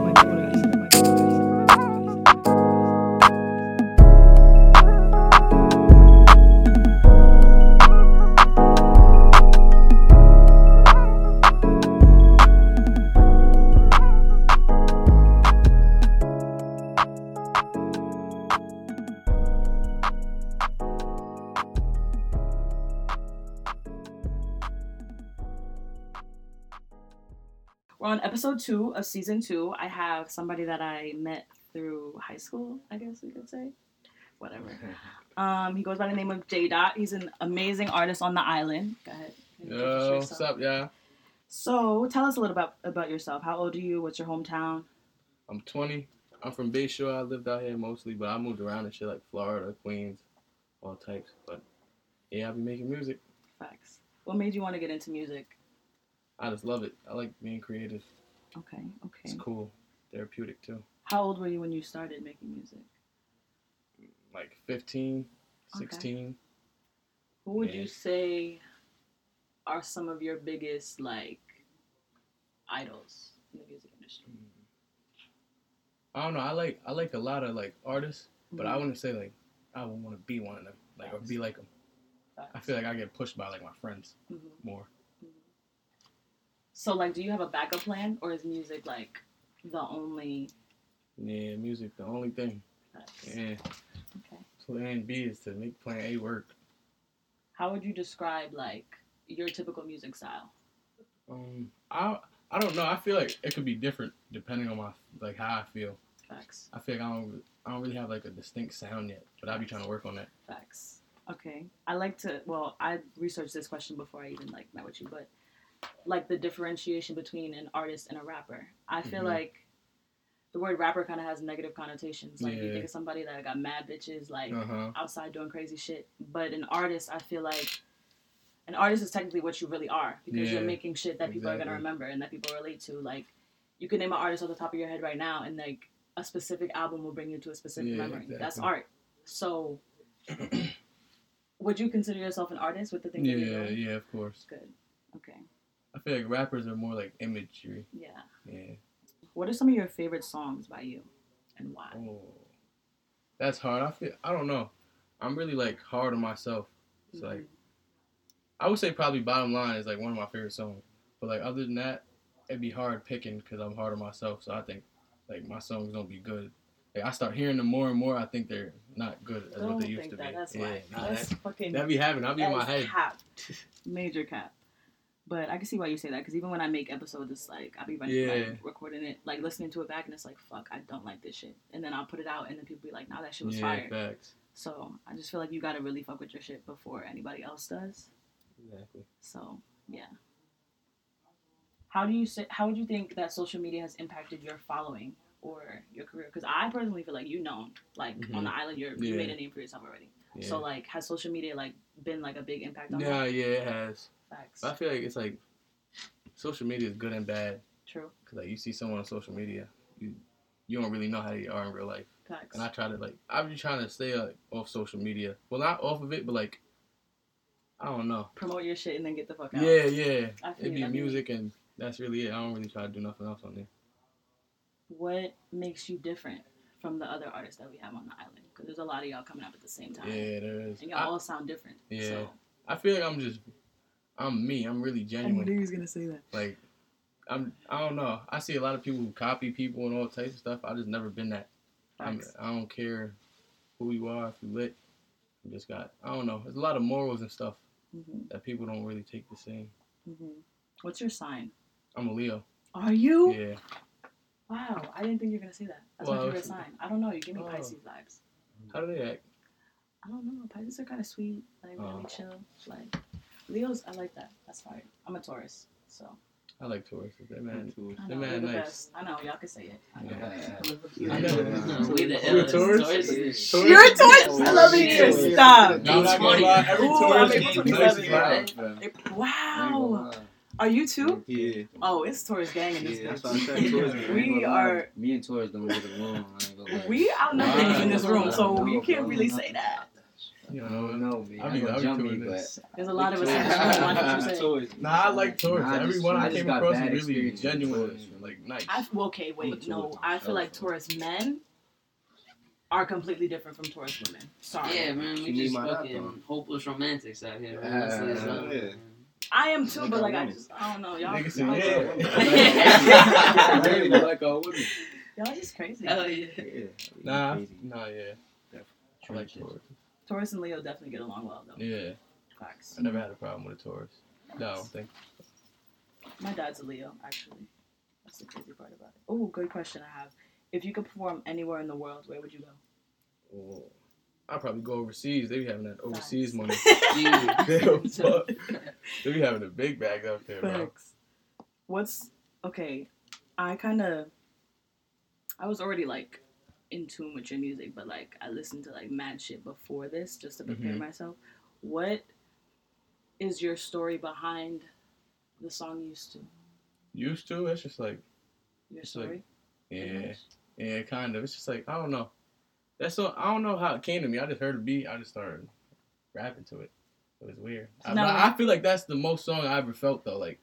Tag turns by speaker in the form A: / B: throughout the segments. A: We're on episode two of season two. I have somebody that I met through high school, I guess we could say. Whatever. Um, he goes by the name of J Dot. He's an amazing artist on the island. Go ahead. Introduce
B: Yo, what's
A: yourself.
B: up, y'all?
A: So tell us a little about about yourself. How old are you? What's your hometown?
B: I'm 20. I'm from Bayshore. I lived out here mostly, but I moved around and shit like Florida, Queens, all types. But yeah, I've been making music.
A: Facts. What made you want to get into music?
B: I just love it. I like being creative.
A: Okay, okay.
B: It's cool, therapeutic too.
A: How old were you when you started making music?
B: Like 15,
A: Okay.
B: 16.
A: Who would
B: Yeah.
A: you say are some of your biggest like idols in the music industry?
B: I don't know. I like I like a lot of like artists, but
A: Mm-hmm.
B: I wouldn't say like I would want to be one of them, like or be like them. I feel like I get pushed by like my friends
A: Mhm.
B: more.
A: So, like, do you have a backup plan, or is music like the only?
B: Yeah, music the only thing. Yeah,
A: Okay.
B: plan B is to make plan A work.
A: How would you describe like your typical music style?
B: Um, I I don't know. I feel like it could be different depending on my like how I feel.
A: Facts.
B: I feel like I don't I don't really have like a distinct sound yet, but I'll be trying to work on that.
A: Facts. Okay. I like to. Well, I researched this question before I even like met with you, but like the differentiation between an artist and a rapper. I feel
B: Mhm.
A: like the word rapper kind of has negative connotations. Like you
B: Yeah.
A: think of somebody that got mad bitches, like
B: Uh huh.
A: outside doing crazy shit. But an artist, I feel like an artist is technically what you really are because you're
B: Yeah,
A: making shit that people are gonna
B: exactly.
A: remember and that people relate to. Like you can name an artist off the top of your head right now, and like a specific album will bring you to a specific
B: Yeah,
A: memory. That's
B: exactly.
A: art. So, would you consider yourself an artist with the things that you
B: Yeah,
A: do?
B: yeah, of course.
A: Good. Okay.
B: I feel like rappers are more like imagery.
A: Yeah.
B: Yeah.
A: What are some of your favorite songs by you, and why?
B: Oh, that's hard. I feel I don't know. I'm really like hard on myself. It's like
A: Mm-hmm.
B: I would say probably bottom line is like one of my favorite songs. But like other than that, it'd be hard picking because I'm hard on myself. So I think like my songs don't be good. Like I start hearing them more and more. I think they're not good as
A: Don't
B: what they used
A: think
B: to
A: that.
B: be.
A: That's
B: yeah,
A: why.
B: nah,
A: That's
B: that,
A: fucking.
B: that be happening. I be in
A: That
B: my
A: is
B: head.
A: cap. Major cap. But I can see why you say that because even when I make episodes, it's like I'll be running,
B: Yeah.
A: like, recording it, like listening to it back, and it's like, fuck, I don't like this shit. And then I'll put it out, and then people be like, nah, that shit was
B: Yeah,
A: fire.
B: facts.
A: So I just feel like you gotta really fuck with your shit before anybody else does.
B: Exactly.
A: So yeah. How do you say? How would you think that social media has impacted your following or your career? Because I personally feel like you know, like on
B: Mhm.
A: the island, you're, you
B: Yeah.
A: made a name for yourself already.
B: Yeah.
A: So like, has social media like been like a big impact on
B: yeah,
A: that?
B: yeah, it has.
A: Facts.
B: I feel like it's like social media is good and bad.
A: True.
B: Cause like you see someone on social media, you you don't really know how they are in real life.
A: Facts.
B: And I try to like I've been trying to stay like off social media. Well, not off of it, but like I don't know.
A: Promote your shit and then get the fuck out.
B: Yeah, yeah.
A: I feel
B: It'd
A: you,
B: be
A: I mean-
B: music, and that's really it. I don't really try to do nothing else on there.
A: What makes you different from the other artists that we have on the island? Because there's a lot of y'all coming up at the same time,
B: Yeah, there is.
A: and y'all
B: I,
A: all sound different.
B: Yeah.
A: So.
B: I feel like I'm just I'm me. I'm really genuine.
A: he was gonna say that.
B: Like I'm I don't know. I see a lot of people who copy people and all types of stuff. I just never been that. I'm,
A: Facts.
B: I don't care who you are if you lit. I just got I don't know. There's a lot of morals and stuff
A: hmm
B: that people don't really take the same.
A: hmm What's your sign?
B: I'm a Leo.
A: Are you?
B: Yeah.
A: Wow, I didn't think you were gonna say that. That's my
B: Well,
A: favorite
B: it's-
A: sign. I don't know. You give me
B: Oh.
A: Pisces vibes.
B: How do they act?
A: I don't know. Pisces are kind of sweet, like really
B: Oh.
A: chill. Like Leo's, I like that. That's fire. I'm a Taurus, so
B: I like Tauruses. They man.
A: I
B: The
A: know you're
B: man
A: the
B: nice.
A: best. I know y'all can say it. I know.
B: I know.
A: We the
B: You a
A: illest
B: Taurus?
A: Tauruses.
B: Taurus?
A: You're a Taurus. I love it here.
C: Taurus.
A: Stop.
C: No, I'm
B: not
C: gonna
A: April
C: lie,
B: every
A: 20. Ooh,
B: Taurus
A: I'm
B: is
A: April
B: nice
A: 27.
B: as well.
A: April- Wow. Are you too?
C: Yeah.
A: Oh, it's Taurus gang in this
C: Yeah, that's why I said Taurus
A: bitch.
C: gang.
A: We are.
D: Me and Taurus don't get along. I ain't gonna lie.
A: We outnumber
C: Wow.
A: you in this room, so
D: No,
A: you can't
D: bro,
A: really
D: no.
A: say that.
B: You
C: I
B: know,
C: don't know, man.
B: I
C: I'm
B: be- I
C: gonna
B: be
C: jump
B: doing
C: me,
B: this.
C: but
A: There's a lot of us.
C: Toys.
A: that want what you say.
C: Toys.
B: Nah, I like Taurus.
C: Nah, I
B: Every
C: just-
B: one I,
C: I just
B: came
C: got
B: across
C: bad
B: was really
C: experience with
B: genuine,
C: Taurus.
B: like nice.
A: I, well, okay,
C: I'm a
A: wait, no.
C: Taurus
A: I feel like
C: myself.
A: Taurus men are completely different from Taurus women. Sorry.
D: Yeah, man,
B: She
D: we
B: need
D: just
B: my laptop.
D: fucking hopeless romantics out here. Man.
C: Yeah.
D: Let's say something,
C: Yeah.
D: man.
A: I am too,
C: Like
A: but
C: our
A: like I
C: women.
A: just I don't know, y'all.
B: Niggas
A: y'all,
B: say,
C: I
B: yeah.
C: really like all women.
A: y'all just crazy.
D: Hell yeah.
C: Yeah.
B: Nah,
C: Crazy.
B: nah, yeah. I like
C: Trenches.
B: Taurus.
A: Taurus and Leo definitely get along well though.
B: Yeah,
A: Facts.
B: I never had a problem with a Taurus. No, I don't think.
A: My dad's a Leo, actually. That's the crazy part about it. Oh, good question I have. If you could perform anywhere in the world, where would you go?
B: I'd probably go overseas. They be having that overseas money.
D: Dude.
B: Damn, fuck. They be having a big bag up there, bro.
A: Facts. What's okay? I kind of I was already like in tune with your music, but like I listened to like mad shit before this just to prepare
B: Mhm.
A: myself. What is your story behind the song "Used to"?
B: Used to, it's just like,
A: Your
B: It's like-
A: story? pretty
B: yeah,
A: much?
B: yeah, kind of. It's just like I don't know. That's so I don't know how it came to me. I just heard a beat. I just started rapping to it. It was weird. I,
A: No.
B: but I feel like that's the most song I ever felt though. Like,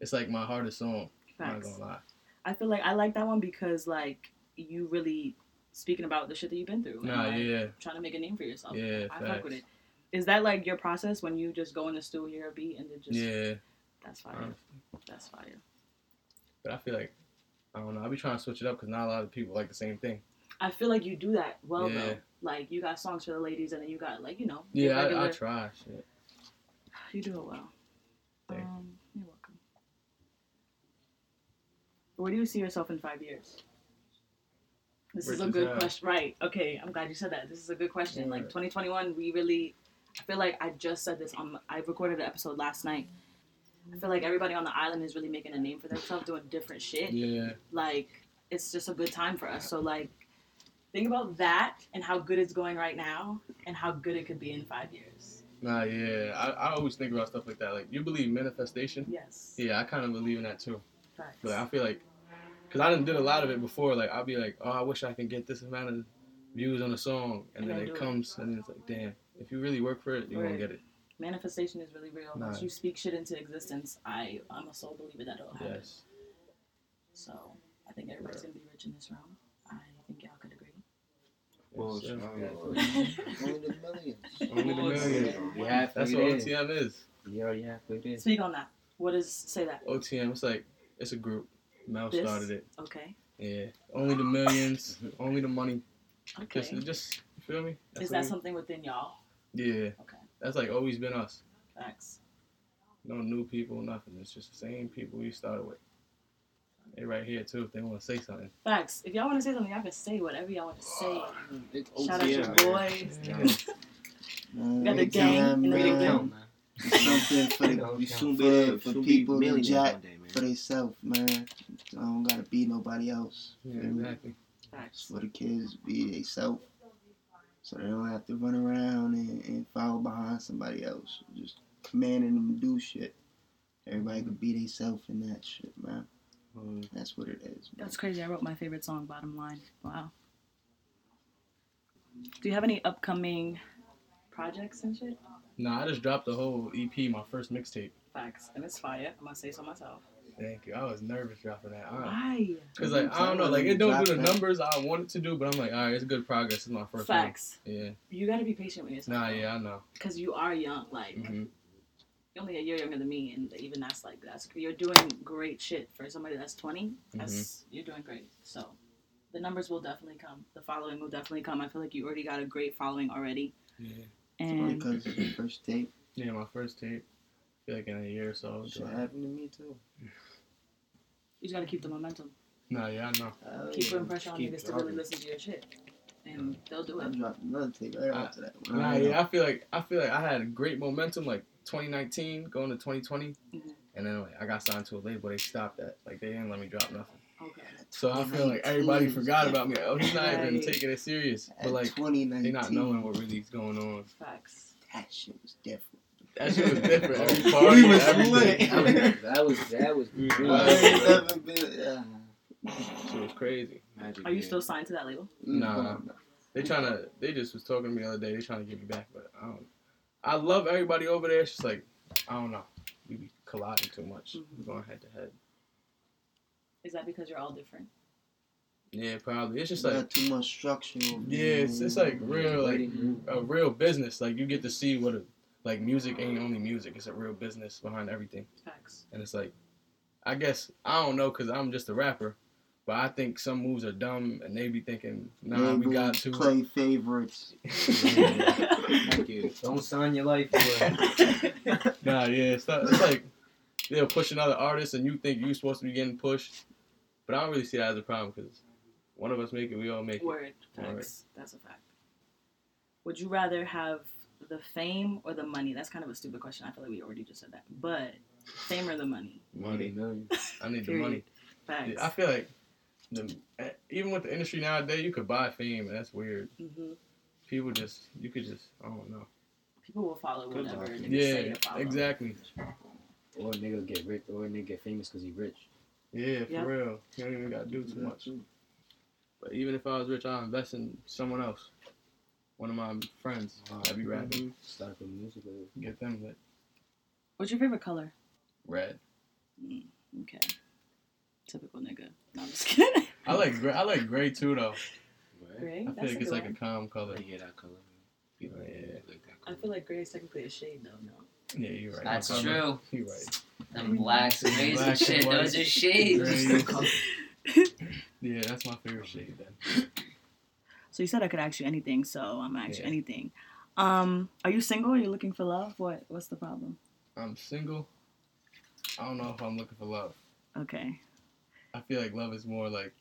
B: it's like my hardest song. I'm not
A: Facts.
B: gonna lie.
A: I feel like I like that one because like you really speaking about the shit that you've been through. and,
B: Nah,
A: like,
B: yeah,
A: Trying to make a name for yourself.
B: yeah,
A: I fuck with
B: facts.
A: it. Is that like your process when you just go in the studio, hear a beat, and then just
B: Yeah, Uh-huh.
A: that's fire.
B: honestly.
A: That's fire.
B: But I feel like I don't know. I be trying to switch it up because not a lot of people like the same thing.
A: I feel like you do that well though.
B: Yeah.
A: Like you got songs for the ladies, and then you got like you know. your
B: Yeah, I, I
A: regular-
B: try. Shit.
A: You do it well.
B: Thank you.
A: Um, you're welcome. Where do you see yourself in five years? This
B: Rich
A: is a
B: as
A: good
B: hell.
A: question. Right. Okay. I'm glad you said that. This is a good question. Like
B: Yeah.
A: 2021, we really. I feel like I just said this on. I recorded an episode last night. I feel like everybody on the island is really making a name for themselves, doing different shit.
B: Yeah,
A: Like it's just a good time for us. So like, think about that and how good it's going right now, and how good it could be in five years.
B: nah, yeah. I, I always think about stuff like that. Like you believe manifestation?
A: Yes.
B: Yeah, I kind of believe in that too.
A: Facts.
B: But I feel like, cause I done did a lot of it before. Like I'll be like, oh, I wish I can get this amount of views on a song, and,
A: And
B: then
A: then
B: it
A: do it.
B: comes, and then it's like, damn, if you really work for it, you're
A: Right.
B: gonna get it.
A: manifestation is really real. Once
B: Nice.
A: you speak shit into existence, I I'm a sole believer that it'll happen.
B: Yes.
A: So I think everybody's gonna be rich in this room. I think y'all could agree.
C: Well,
B: Yes, sir.
C: Only the millions.
B: Only the millions.
C: You halfway
B: That's what
C: there.
B: OTM is.
C: You already halfway there.
A: Speak on that. What is say that?
B: OTM. It's like it's a group. Mel
A: This?
B: started it.
A: Okay.
B: Yeah. Only the millions. only the money.
A: Okay.
B: Just, just you feel me?
A: is
B: what
A: that
B: we-
A: something within y'all?
B: Yeah.
A: Okay.
B: That's like always been us.
A: Facts.
B: No new people, nothing. It's just the same people we started with. They right here too. If they want to say something.
A: Facts. If y'all want to say something, y'all can say whatever y'all want to say.
C: It's
B: Oh,
A: Shout out
C: OTM,
A: your
C: man.
A: boys. Got the
C: Big
A: gang
C: time,
A: in the
C: man.
A: big room.
E: something for the, we soon be there for people to
C: millions
E: jack
C: one day, man.
E: for themselves, man. I don't gotta be nobody else.
B: Yeah, exactly.
E: It's
A: Facts.
E: for the kids to be themselves, so they don't have to run around and, and follow behind somebody else. Just commanding them to do shit. Everybody could be themselves in that shit, man. That's what it is. Man.
A: That's crazy. I wrote my favorite song, Bottom Line. Wow. Do you have any upcoming projects and shit?
B: Nah, I just dropped the whole EP, my first mixtape.
A: Facts. And it's fire. I'm gonna say so myself.
B: Thank you. I was nervous dropping that. I,
A: Why?
B: Cause like I don't know, like it don't do the numbers I want it to do, but I'm like, all right, it's good progress. It's my first one.
A: Facts.
B: Yeah.
A: You gotta be patient with yourself.
B: Nah, yeah, I know.
A: Because you are young. Like
B: hmm
A: you're only a year younger than me, and even that's like that's you're doing great shit for somebody that's 20.
B: Mm-hmm.
A: That's you're doing great. So the numbers will definitely come. The following will definitely come. I feel like you already got a great following already.
B: Yeah.
A: And
E: Because it's the first date.
B: Yeah, my first tape. I feel like in a year or so.
E: Shit
B: July.
E: happened to me too.
A: you just gotta keep the momentum.
B: Nah, yeah, I know.
E: Hell
A: Keep
E: Oh, yeah.
A: putting pressure on
C: Keep
A: niggas to really
C: dropping.
A: listen to your shit, and they'll do
E: I
A: it.
E: dropped another tape right
B: Uh,
E: after that. one.
B: Nah, yeah, I feel like I feel like I had great momentum, like 2019 going to 2020,
A: Mhm.
B: and then like, I got signed to a label. They stopped that, like they didn't let me drop nothing.
A: Okay.
B: So I feel like everybody
E: 2019.
B: forgot about me. Like, oh, he's not even
A: Right.
B: taking it serious,
E: At
B: but like they
E: 2019,
B: not knowing what really is going on.
A: Facts.
E: that shit was different.
B: That shit was different. Every
C: We
B: party,
E: was
B: everything.
C: Oh,
E: lit.
C: That was that was
E: I
B: Right.
E: ain't never been. Uh,
B: Shit was crazy.
C: Magic,
A: Are you
C: man.
A: still signed to that label?
B: Nah. They trying to. They just was talking to me the other day. They trying to get me back, but I don't. I love everybody over there. It's just like I don't know. We be colliding too much.
A: Mhm.
B: We're going head to head.
A: Is that because you're all different?
B: Yeah, probably. It's just
E: Got
B: like
E: too much structure. over
B: yeah,
E: there,
B: it's, it's
E: man.
B: like real like
C: Mhm.
B: a real business. Like you get to see what a, like music ain't only music. It's a real business behind everything.
A: Facts.
B: And it's like, I guess I don't know because I'm just a rapper, but I think some moves are dumb and they be thinking, nah, we
E: Maybe
B: got to.
E: play favorites.
B: Mm-hmm.
C: Thank you. Don't sign your life away.
B: Nah, yeah, it's, not, it's like they'll push another artist and you think you're supposed to be getting pushed, but I don't really see that as a problem because one of us make it, we all make
A: Word.
B: All
A: Facts. That's a fact. Would you rather have the fame or the money? That's kind of a stupid question. I feel like we already just said that. But fame or the money?
B: it. Money, I need the
A: Period.
B: money.
A: Facts.
B: I feel like the, eh, even with the industry nowadays, you could buy fame and that's weird.
A: hmm
B: People just, you could just, I don't know.
A: People will follow
C: Good
A: whatever.
C: luck.
A: niggas say
B: Yeah,
A: to follow.
B: exactly.
C: Or a nigga get rich, or a nigga get famous because he rich.
B: Yeah, for
A: Yep.
B: real. You don't even got to do too much. But even if I was rich, I'd invest in someone else. One of my friends. I'd be rapping.
C: Mm-hmm. Start up a music label.
B: Get them lit.
A: What's your favorite color?
B: Red.
A: Mm, okay. Typical nigga. No, I'm just kidding.
B: I like gray. I like gray too, though.
C: Right?
A: Gray?
B: I feel
A: That's
B: like
A: a
B: it's
A: good
B: like a
A: one.
B: calm color.
C: Like, yeah, that color.
B: Yeah,
C: Like that
A: I
C: color.
A: feel like gray is technically a shade, though, no?
B: yeah you're right.
D: That's
B: I'm-
D: true.
B: You're right.
D: Them blacks, amazing
B: Black and
D: shit.
B: white.
D: Those are shades.
B: Yeah, that's my favorite shade. Then.
A: So you said I could ask you anything, so I'm gonna ask you
B: Yeah.
A: anything. Um, are you single? Are you looking for love? What What's the problem?
B: I'm single. I don't know if I'm looking for love.
A: Okay.
B: I feel like love is more like.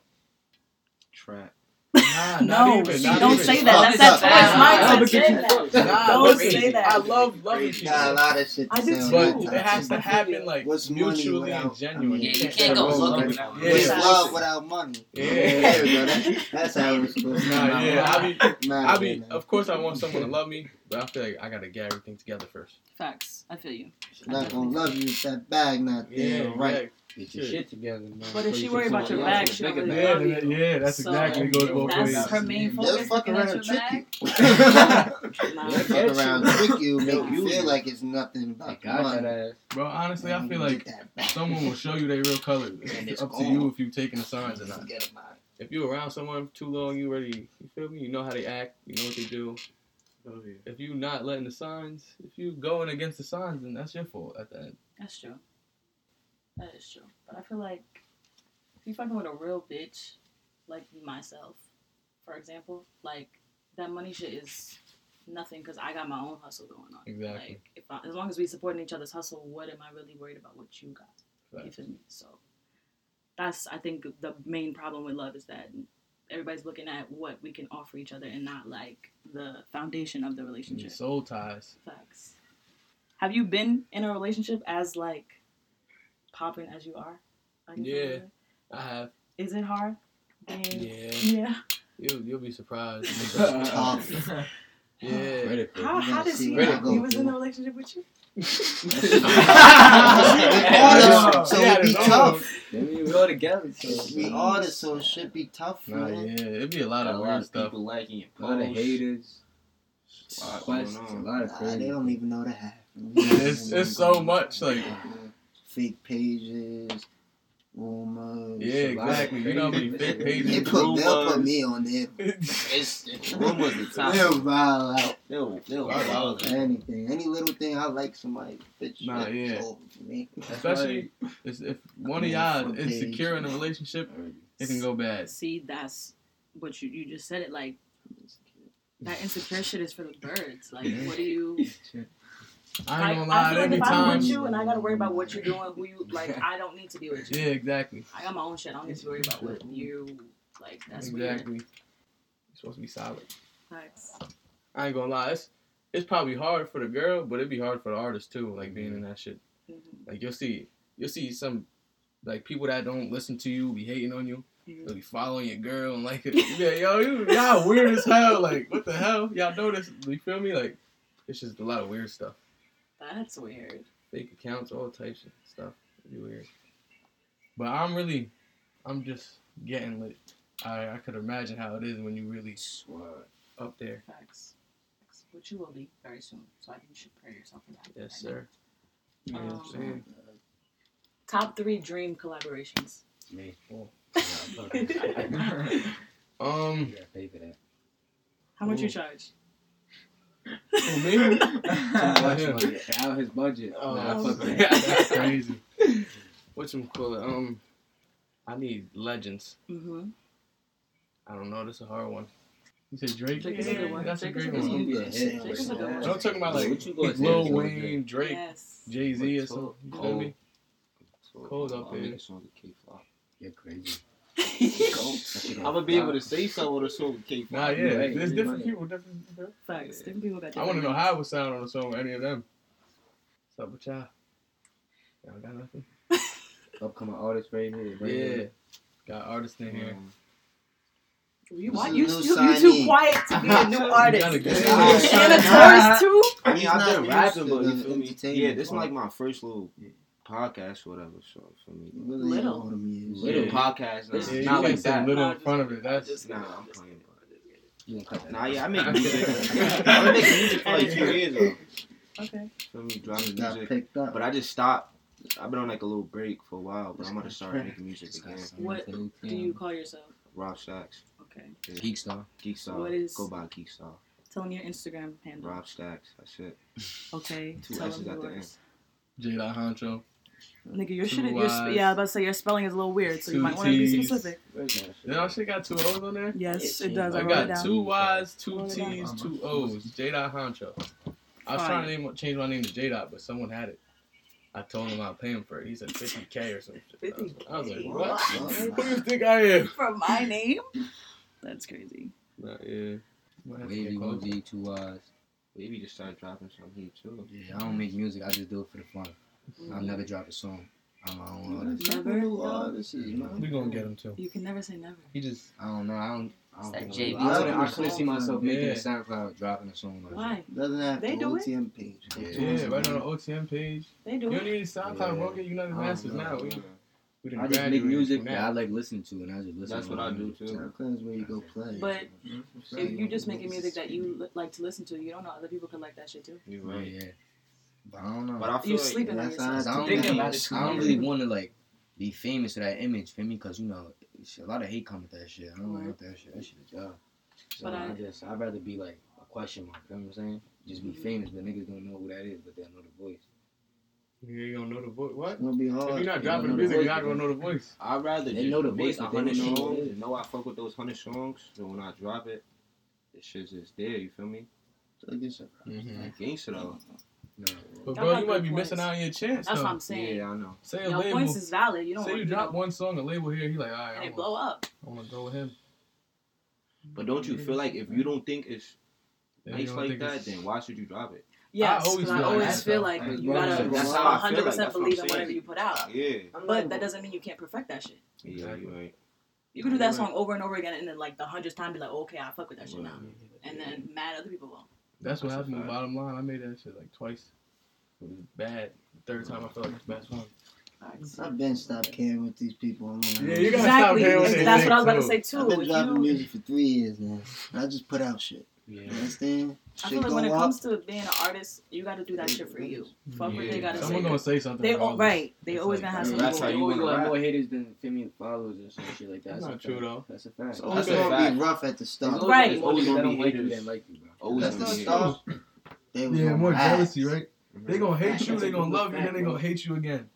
E: Trap.
B: Nah, not
A: No,
B: even.
A: you
B: Not
A: don't
B: even.
A: say that. That's
E: Fuck,
A: that
E: fuck,
A: towards mindset. Say that.
B: Nah,
A: Don't
B: listen,
A: say that.
B: I love love and shit.
E: Got a lot of shit.
A: I do too.
B: But
A: Ooh,
B: it
A: that's
B: has to
A: different.
B: happen like
E: What's money
B: mutually
E: without-
B: and genuine.
E: I mean,
D: Yeah, you
E: Can't
D: can't go
E: go
D: looking
E: looking
D: without
B: Yeah.
E: What's
D: love.
E: love without money?
B: Yeah.
E: There we go. That- that's how it was supposed to
B: Nah,
E: be.
B: yeah, I be,
E: Nah,
B: I be.
E: man.
B: Of course, I want someone to love me, but I feel like I gotta get everything together first.
A: Facts. I feel you.
E: She's not gonna love you if that bag not there, right?
C: Get your shit together, man.
A: But if
C: before
A: she
C: you
A: worry
C: can
A: about
C: come
A: your
C: along with
A: bag,
C: a
A: she don't
C: bigger
A: really
C: bag.
A: love you.
B: that's
A: So,
B: It goes both
A: That's
B: ways.
A: her main
E: They'll
A: focus.
E: fuck
A: looking at
E: around
A: your
E: and trick
A: bag.
E: They'll
A: Nah.
C: Yeah.
E: fuck around, trick you, make
A: Yeah.
E: you feel like it's nothing
C: I
E: but
C: got that
E: money.
C: ass.
B: Bro, honestly, I
E: And
B: feel
E: you
B: like
E: get that back.
B: someone will show you their real colors.
E: And
B: It's
E: it's
B: up to
E: gone.
B: you if you taking the signs or not.
E: Forget about it.
B: If you around someone too long, you already, you feel me? You know how they act. You know what they do. If you not letting the signs, if you going against the signs, then that's your fault at the end.
A: That's true. That is true. But I feel like if you fucking with a real bitch, like myself, for example, like that money shit is nothing because I got my own hustle going on.
B: Exactly.
A: Like if I, as long as we supporting each other's hustle, what am I really worried about? What you got? You
B: Facts.
A: feel me? So that's I think the main problem with love is that everybody's looking at what we can offer each other and not like the foundation of the
B: And
A: relationship.
B: soul ties.
A: Facts. Have you been in a relationship as like popping as you are? Like, you feel
B: Yeah.
A: me?
B: I have.
A: Is it hard? Being-
B: Yeah.
A: Yeah.
B: You'll you'll be surprised. yeah.
C: Credit for it.
A: How, how does he
E: Really
A: know
E: cool.
A: he was in a relationship with you?
E: Yeah. So
B: Yeah,
E: it'd be
B: it's
E: tough.
C: I mean, we all together, so.
E: We artists, so it should be tough,
B: Nah,
E: man.
B: yeah, it'd be a lot
C: Got
B: of weird stuff.
C: liking your post. A lot of haters.
E: A lot going
C: Questions. Oh, A
E: on.
C: lot of
E: Nah, they
C: crazy.
E: don't even know the half.
B: It's it's so much like
E: fake pages, rumors.
B: yeah, exactly. You know how many fake
E: They
B: pages,
E: put, they'll put
B: rumors.
E: me on there.
C: It's, it's rumors and
E: They'll rile out
C: They'll, they'll
B: Wow, that was-
C: that.
E: anything. Any little thing I like somebody, bitch.
B: Nah,
E: that's
B: yeah.
E: over for me.
B: Especially if if one of y'all is insecure in a relationship, it can go bad.
A: See, that's what you you just said it like that insecure shit is for the birds. Like what do you
B: I
A: Like,
B: ain't gonna
A: I
B: lie.
A: feel like
B: Every
A: if I'm
B: time,
A: with you and I gotta worry about what you're doing, who you like, I don't need to be with you.
B: yeah, exactly,
A: I got my own shit. I don't need to worry about what you like. That's weird.
B: exactly. You're supposed to be solid.
A: Facts.
B: I ain't gonna lie. It's it's probably hard for the girl, but it'd be hard for the artist too. Like being in that shit.
A: Mhm.
B: Like you'll see, you'll see some like people that don't listen to you be hating on you.
A: Mhm.
B: They'll be following your girl and like, yeah, yo, you, y'all weird as hell. Like, what the hell? Y'all know this? You feel me? Like, it's just a lot of weird stuff.
A: That's weird.
B: Fake accounts, all types of stuff. It'd be weird. But I'm really, I'm just getting lit. I I could imagine how it is when you really up there.
A: Facts. Facts. Which you will be very soon. So I think you should prepare yourself for that.
B: Yes, sir.
E: You know what I'm
A: Um,
E: saying?
A: Top three dream collaborations.
F: Me.
B: Cool.
F: You
B: Um,
F: gotta pay for that.
A: How much you
B: Ooh.
A: charge?
B: for me,
F: Too much
B: Yeah.
F: money. Out his budget.
B: Oh,
F: Nah, fuck
B: okay.
F: that.
B: that's crazy. What you call it? Um, I need legends.
A: Mm-hmm.
B: I don't know. This is a hard one. You said Drake.
A: Drake is a good one.
B: That's a
A: Drake is
B: great
A: a good
B: one.
F: It's gonna be a hit.
E: Drake
A: is a good one.
B: I'm talking about
F: What
B: like
F: you gonna say?
B: Lil
F: It's gonna be
B: Wayne, Drake,
A: Yes.
B: Jay Z, or
C: What's
B: something. You feel
C: Cole?
B: me? Cold up there.
F: You're crazy.
C: I'm gonna be able to say so with a song K.
B: Nah, yeah.
F: Right,
B: There's
F: you
B: different
F: right.
B: people. Different. people.
A: Facts. Different people got
B: I want to know how it would sound on a song with any of them. What's up with y'all? Y'all got nothing?
F: Upcoming artist right here. Right
B: Yeah.
F: Here.
B: Got artists in here.
A: You,
E: This
A: want,
E: is
A: you,
E: a new
A: you, you too
E: signee.
A: quiet to be a new artist.
B: gotta get
A: You
B: it.
A: and a
C: Nah.
A: tourist too?
C: I mean,
E: He's
C: I've
E: not
C: been
E: used
C: rapping,
E: to
C: but
E: the
C: you feel me?
E: entertainment
C: Yeah, this is
E: part.
C: like my first little podcast, or whatever. So for me,
E: You really
A: Little.
E: know what them years.
C: little
B: Yeah.
C: podcast.
B: Yeah,
C: Nah,
B: you
C: not
B: can't
C: like
B: say
C: that.
B: little
A: Nah,
B: in
A: just
B: front of
A: kidding.
B: it. That's
C: Nah, I'm playing. bro.
F: You gonna cut that
C: Nah,
F: out.
C: yeah, I make music. I've been making music for like two years. Bro.
A: Okay.
C: Feel me?
E: Just
C: Dropping
E: got
C: music,
E: picked up.
C: but I just stopped. I've been on like a little break for a while, but I'm gonna start making music
F: It's
C: again.
F: got some
A: What
F: food,
A: do
F: yeah.
A: you call yourself?
C: Rob Stacks,
A: Okay.
F: Geek star.
C: Geek Star.
A: What is-
C: Go by Geek Star.
A: Tell them your Instagram handle.
C: Rob Stacks. That's it.
A: Okay.
C: Two
A: Tell
C: S's
A: them
C: at the
A: yours.
B: Jada Honcho.
A: Nigga, your
B: Two
A: shit. Your sp-
B: Ys.
A: yeah, I was about to say your spelling is a little weird, so you
B: Two
A: might want to be
B: Ts.
A: specific.
B: You know, shit got two O's on there?
A: Yes, it does. I
B: I
A: wrote it
B: got
A: down.
B: two Y's, two
A: Wrote it down.
B: T's, two O's. J Dot Honcho. I was
A: Fire.
B: trying to name, change my name to J Dot, but someone had it. I told him I'll pay him for it. He said 50K or something. I was like, what? Who do you think I am?
A: From my name? That's crazy.
B: Nah, yeah. Might have to
F: Wavy
B: get
F: one
B: close.
F: G two Y's.
C: Maybe just start dropping some heat too.
F: Yeah, I don't make music. I just do it for the fun.
A: Mm-hmm.
F: I'll never drop a song. I'm my own artist.
A: Never. No.
B: We gonna get him too.
A: You can never say never.
F: He just, I don't know. I don't. I don't
D: It's that
F: think
D: JV
F: I, I, couldn't- I
E: song.
F: couldn't see myself making
B: Yeah.
F: a SoundCloud dropping a song like
A: Why?
E: Doesn't have
A: They
E: the
A: do it.
E: OTM page.
F: Yeah.
B: Yeah, right on the OTM page.
A: They
B: You
A: do
B: don't
A: it.
B: need SoundCloud, bro. Get United Masters now. We, we
F: that.
B: done
F: I just make
B: graduated
F: music
B: from
F: that I like listen to, and I just listen.
C: That's
F: to
C: what I do
F: music.
C: too.
E: SoundCloud's where you go play.
A: But
E: Right.
A: if you just making music that you li- like to listen to, you don't know other people could like that shit too.
C: You're
F: Right, yeah. But I don't know.
C: But I feel
A: You
C: like
A: sleeping on
E: that's how
A: yourself.
F: Cause I don't,
D: Thinking
F: really,
D: about it too
F: I don't
D: much.
F: really want to like be famous for that image for me, cause you know it's a lot of hate come with that shit. I don't
A: Right.
F: like that shit. That shit is job. So
A: But
F: I,
A: I-
F: just I'd rather be like a question mark. You know what I'm saying? Just be
A: Mhm.
F: famous, but niggas don't know who that is, but they know the voice.
B: You ain't gonna know the voice. What?
E: It's gonna be
B: If
E: hard.
B: you're not
F: you
B: dropping the
F: know the
B: music, you're
F: voice,
B: not gonna
F: bro.
B: know the voice.
C: I'd rather
F: They
C: just
F: know the
C: make
F: voice
C: a
F: of
C: hundred
F: 100
C: songs
F: songs.
C: and know I fuck with those hundred songs. So when I drop it, the shit's just there. You feel me?
E: I guess I-
C: Like
F: Mm-hmm.
C: gangsta though.
F: No,
B: But
A: Y'all
B: bro,
A: got
B: you might
A: good
B: be missing
A: points.
B: out on your chance.
A: That's
B: though.
A: what I'm saying.
C: Yeah, I know.
B: Say a
A: Your
B: label.
A: points is valid. You don't
B: Say
A: want
B: you
A: to
B: drop
A: know,
B: one song, a label here. He like, all right,
A: and
B: I'm
A: it blow
B: gonna,
A: up.
B: I'm gonna go with him.
C: But don't you feel like if you don't think it's
B: Then you
C: nice
B: don't
C: like
B: think
C: that,
B: it's-
C: then why should you drop it?
A: Yes,
B: always
A: 'cause I
B: feel like
A: always
B: that,
A: feel
B: though.
A: like
F: Like,
A: you
F: bro,
A: gotta
F: that's how I feel,
C: like,
A: 100 percent
C: that's what I'm
A: believe in
C: saying.
A: whatever you put out.
C: Yeah.
A: But that doesn't mean you can't perfect that shit.
C: Yeah, you're right.
A: You can do that
B: Right.
A: song over and over again, and then like the hundredth time, be like, "Oh, okay, I fuck with that shit
C: Right.
A: now, and then mad other people will.
B: That's what
C: That's a
B: happened. with
C: fact.
B: Bottom line, I made that shit like twice. It was bad. Third time, I felt like it's the best one.
E: I've been stopped caring what these people online.
B: Yeah, you gotta stop
A: Exactly.
B: hearing what they
A: That's
B: think,
A: what I was about to
B: too.
A: say too.
E: I've been
A: If
E: dropping
A: you-
E: music for three years now. I just put out shit.
F: yeah.
E: You understand?
A: I
E: Shit
A: feel like
E: go
A: when it
E: up.
A: comes to being an artist, you got to do that shit for you. Fuck what they
F: Yeah.
A: gotta
B: Mm-hmm. Someone
A: say.
B: gonna say something.
A: They all
B: regardless.
A: right. They
B: It's
A: always
B: like,
A: gonna have
F: That's,
A: something.
C: that's how
F: how
C: you win
F: you always
C: the
F: got
C: rap.
F: more haters than family followers and some shit like that.
B: That's
F: That's a
B: not true
F: fact.
B: though.
F: That's a fact.
C: That's
E: It's always
C: a
E: gonna
C: fact.
E: be rough at the
F: There's
E: start.
F: always-
A: Right.
F: there's always
C: It's
F: gonna
C: gonna
F: be
C: be
F: haters
C: haters.
F: that like you, bro.
C: Always
E: That's
C: gonna
E: not
C: be
E: start. They was
B: Yeah,
E: on
B: more
E: my ass.
B: jealousy, right?
C: haters.
B: They gonna hate you.
E: That's
B: They
E: a
B: gonna
E: good
B: love you. Then
E: fact,
B: they gonna
E: bro.
B: hate you again.